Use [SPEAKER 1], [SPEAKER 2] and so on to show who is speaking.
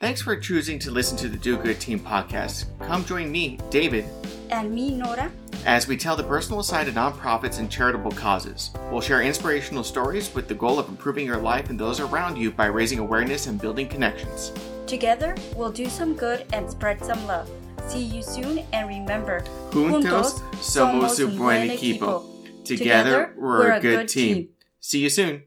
[SPEAKER 1] Thanks for choosing to listen to the Do Good Team podcast. Come join me, David,
[SPEAKER 2] and me, Nora.
[SPEAKER 1] as we tell the personal side of nonprofits and charitable causes. We'll share inspirational stories with the goal of improving your life and those around you by raising awareness and building connections.
[SPEAKER 2] Together, we'll do some good and spread some love. See you soon, and remember,
[SPEAKER 1] Juntos somos un buen equipo. Together, we're a good team. See you soon.